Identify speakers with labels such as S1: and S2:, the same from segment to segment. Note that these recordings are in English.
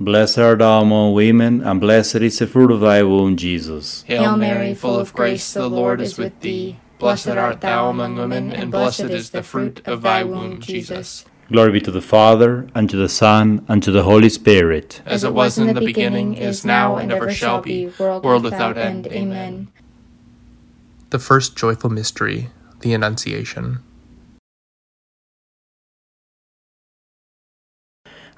S1: Blessed art thou among women, and blessed is the fruit of thy womb, Jesus.
S2: Hail Mary, full of grace, the Lord is with thee. Blessed art thou among women, and blessed is the fruit of thy womb, Jesus.
S1: Glory be to the Father, and to the Son, and to the Holy Spirit.
S2: As it was in the beginning, is now, and ever shall be, world without end. Amen.
S3: The first joyful mystery, the Annunciation.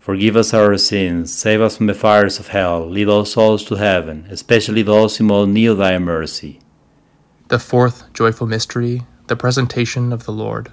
S1: forgive us our sins, save us from the fires of hell, lead all souls to heaven, especially those who most need thy mercy.
S3: The fourth joyful mystery, the presentation of the Lord.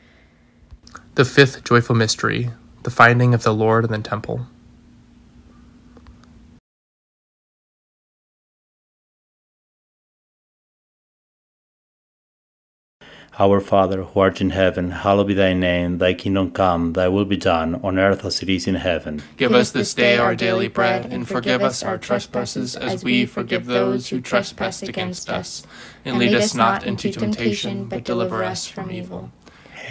S3: The fifth joyful mystery, the finding of the Lord in the temple.
S1: Our Father, who art in heaven, hallowed be thy name. Thy kingdom come, thy will be done, on earth as it is in heaven.
S2: Give us this day our daily bread, and forgive us our trespasses, as we forgive those who trespass against us. And lead us not into temptation, but deliver us from evil.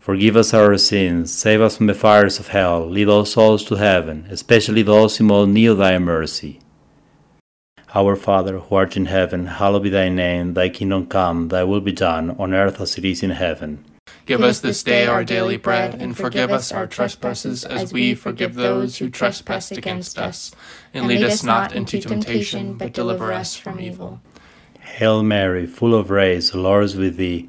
S1: Forgive us our sins, save us from the fires of hell, lead all souls to heaven, especially those who most need thy mercy. Our Father, who art in heaven, hallowed be thy name, thy kingdom come, thy will be done, on earth as it is in heaven.
S2: Give us this day our daily bread, and forgive us our trespasses, as we forgive those who trespass against us. And lead us not into temptation, but deliver us from evil.
S1: Hail Mary, full of grace, the Lord is with thee.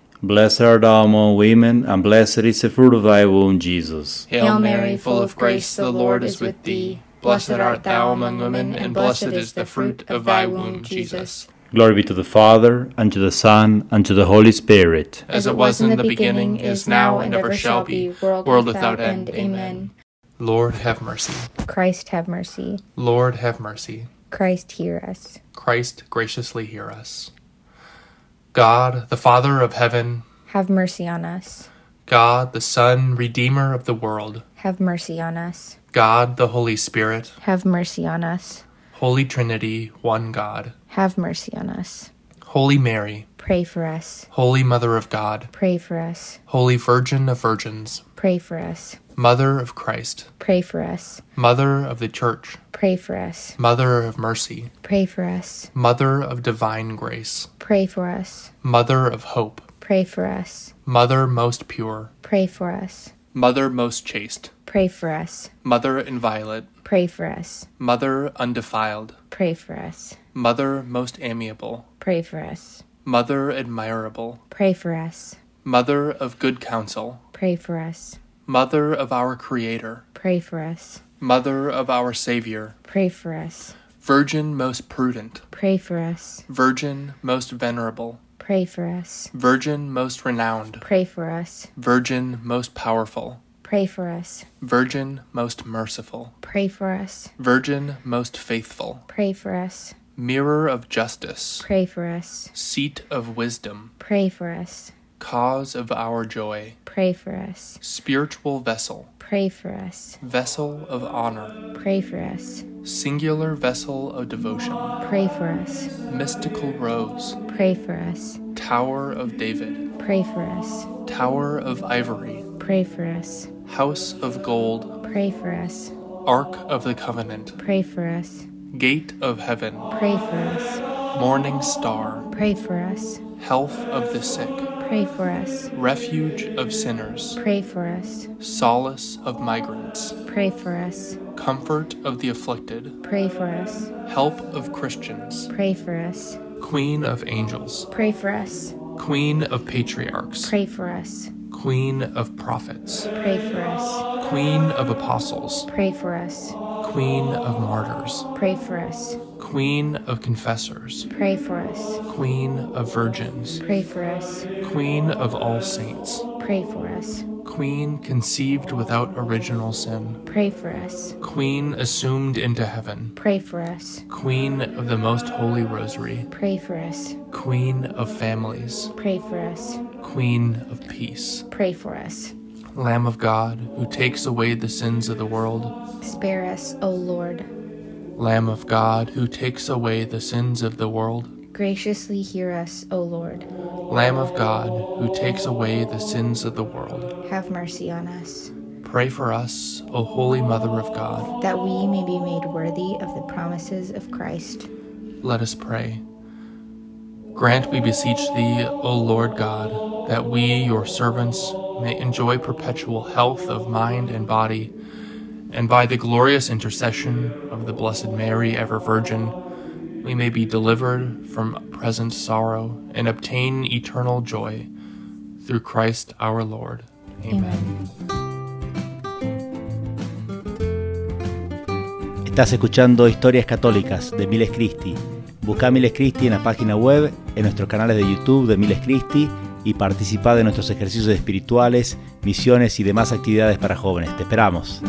S1: Blessed art thou among women, and blessed is the fruit of thy womb, Jesus.
S2: Hail Mary, full of grace, the Lord is with thee. Blessed art thou among women, and blessed is the fruit of thy womb, Jesus.
S1: Glory be to the Father, and to the Son, and to the Holy Spirit.
S2: As it was in the beginning, is now, and ever shall be, world without end. Amen.
S3: Lord, have mercy.
S4: Christ, have mercy.
S3: Lord, have mercy.
S4: Christ, hear us.
S3: Christ, graciously hear us. God, the Father of heaven,
S4: have mercy on us.
S3: God, the Son, Redeemer of the world,
S4: have mercy on us.
S3: God, the Holy Spirit,
S4: have mercy on us.
S3: Holy Trinity, one God,
S4: have mercy on us.
S3: Holy Mary,
S4: pray for us.
S3: Holy Mother of God,
S4: pray for us.
S3: Holy Virgin of Virgins,
S4: pray for us.
S3: Mother of Christ,
S4: pray for us.
S3: Mother of the Church,
S4: pray for us.
S3: Mother of Mercy,
S4: pray for us.
S3: Mother of Divine Grace,
S4: pray for us.
S3: Mother of Hope,
S4: pray for us.
S3: Mother most pure,
S4: pray for us.
S3: Mother most chaste,
S4: pray for us.
S3: Mother inviolate,
S4: pray for us.
S3: Mother undefiled,
S4: pray for us.
S3: Mother most amiable,
S4: pray for us.
S3: Mother admirable,
S4: pray for us.
S3: Mother of good counsel,
S4: pray for us.
S3: Mother of our Creator,
S4: pray for us.
S3: Mother of our Savior,
S4: pray for us.
S3: Virgin most prudent,
S4: Pray for us.
S3: Virgin most venerable,
S4: Pray for us.
S3: Virgin most renowned,
S4: Pray for us.
S3: Virgin most powerful,
S4: Pray for us.
S3: Virgin most merciful,
S4: Pray for us.
S3: Virgin most faithful,
S4: Pray for us.
S3: Mirror of justice,
S4: Pray for us.
S3: Seat of wisdom,
S4: Pray for us.
S3: Cause of our joy,
S4: Pray for us.
S3: Spiritual vessel,
S4: Pray for us.
S3: vessel of honor,
S4: Pray for us.
S3: singular vessel of devotion,
S4: Pray for us.
S3: mystical rose,
S4: Pray for us.
S3: Tower of David,
S4: Pray for us.
S3: Tower of Ivory,
S4: Pray for us.
S3: House of Gold,
S4: Pray for us.
S3: Ark of the Covenant,
S4: Pray for us.
S3: Gate of Heaven,
S4: Pray for us.
S3: Morning Star,
S4: Pray for us.
S3: Health of the Sick,
S4: Pray for us.
S3: Refuge of Sinners,
S4: Pray for us.
S3: Solace of Migrants,
S4: Pray for us.
S3: Comfort of the Afflicted,
S4: Pray for us.
S3: Help of Christians,
S4: Pray for us.
S3: Queen of Angels,
S4: Pray for us.
S3: Queen of Patriarchs,
S4: Pray for us.
S3: Queen of Prophets,
S4: Pray for us.
S3: Queen of Apostles,
S4: Pray for us.
S3: Queen of Martyrs,
S4: Pray for us.
S3: Queen of Confessors,
S4: Pray for us.
S3: Queen of Virgins,
S4: Pray for us.
S3: Queen of All Saints,
S4: Pray for us.
S3: Queen conceived without original sin,
S4: Pray for us.
S3: Queen assumed into heaven,
S4: Pray for us.
S3: Queen of the Most Holy Rosary,
S4: Pray for us.
S3: Queen of Families,
S4: Pray for us.
S3: Queen of Peace,
S4: Pray for us.
S3: Lamb of God, who takes away the sins of the world,
S4: Spare us, O Lord.
S3: Lamb of God, who takes away the sins of the world,
S4: Graciously hear us, O Lord.
S3: Lamb of God, who takes away the sins of the world,
S4: Have mercy on us,
S3: pray for us, O Holy Mother of God.
S4: that we may be made worthy of the promises of Christ.
S3: Let us pray. Grant, we beseech thee, O Lord God, that we, your servants, may enjoy perpetual health of mind and body, and by the glorious intercession of the Blessed Mary, ever Virgin, we may be delivered from present sorrow and obtain eternal joy through Christ our Lord. Amen.
S1: Estás escuchando Historias Católicas de Miles Christi. Busca a Miles Christi en la página web, en nuestros canales de YouTube de Miles Christi y participa de nuestros ejercicios espirituales, misiones y demás actividades para jóvenes. Te esperamos.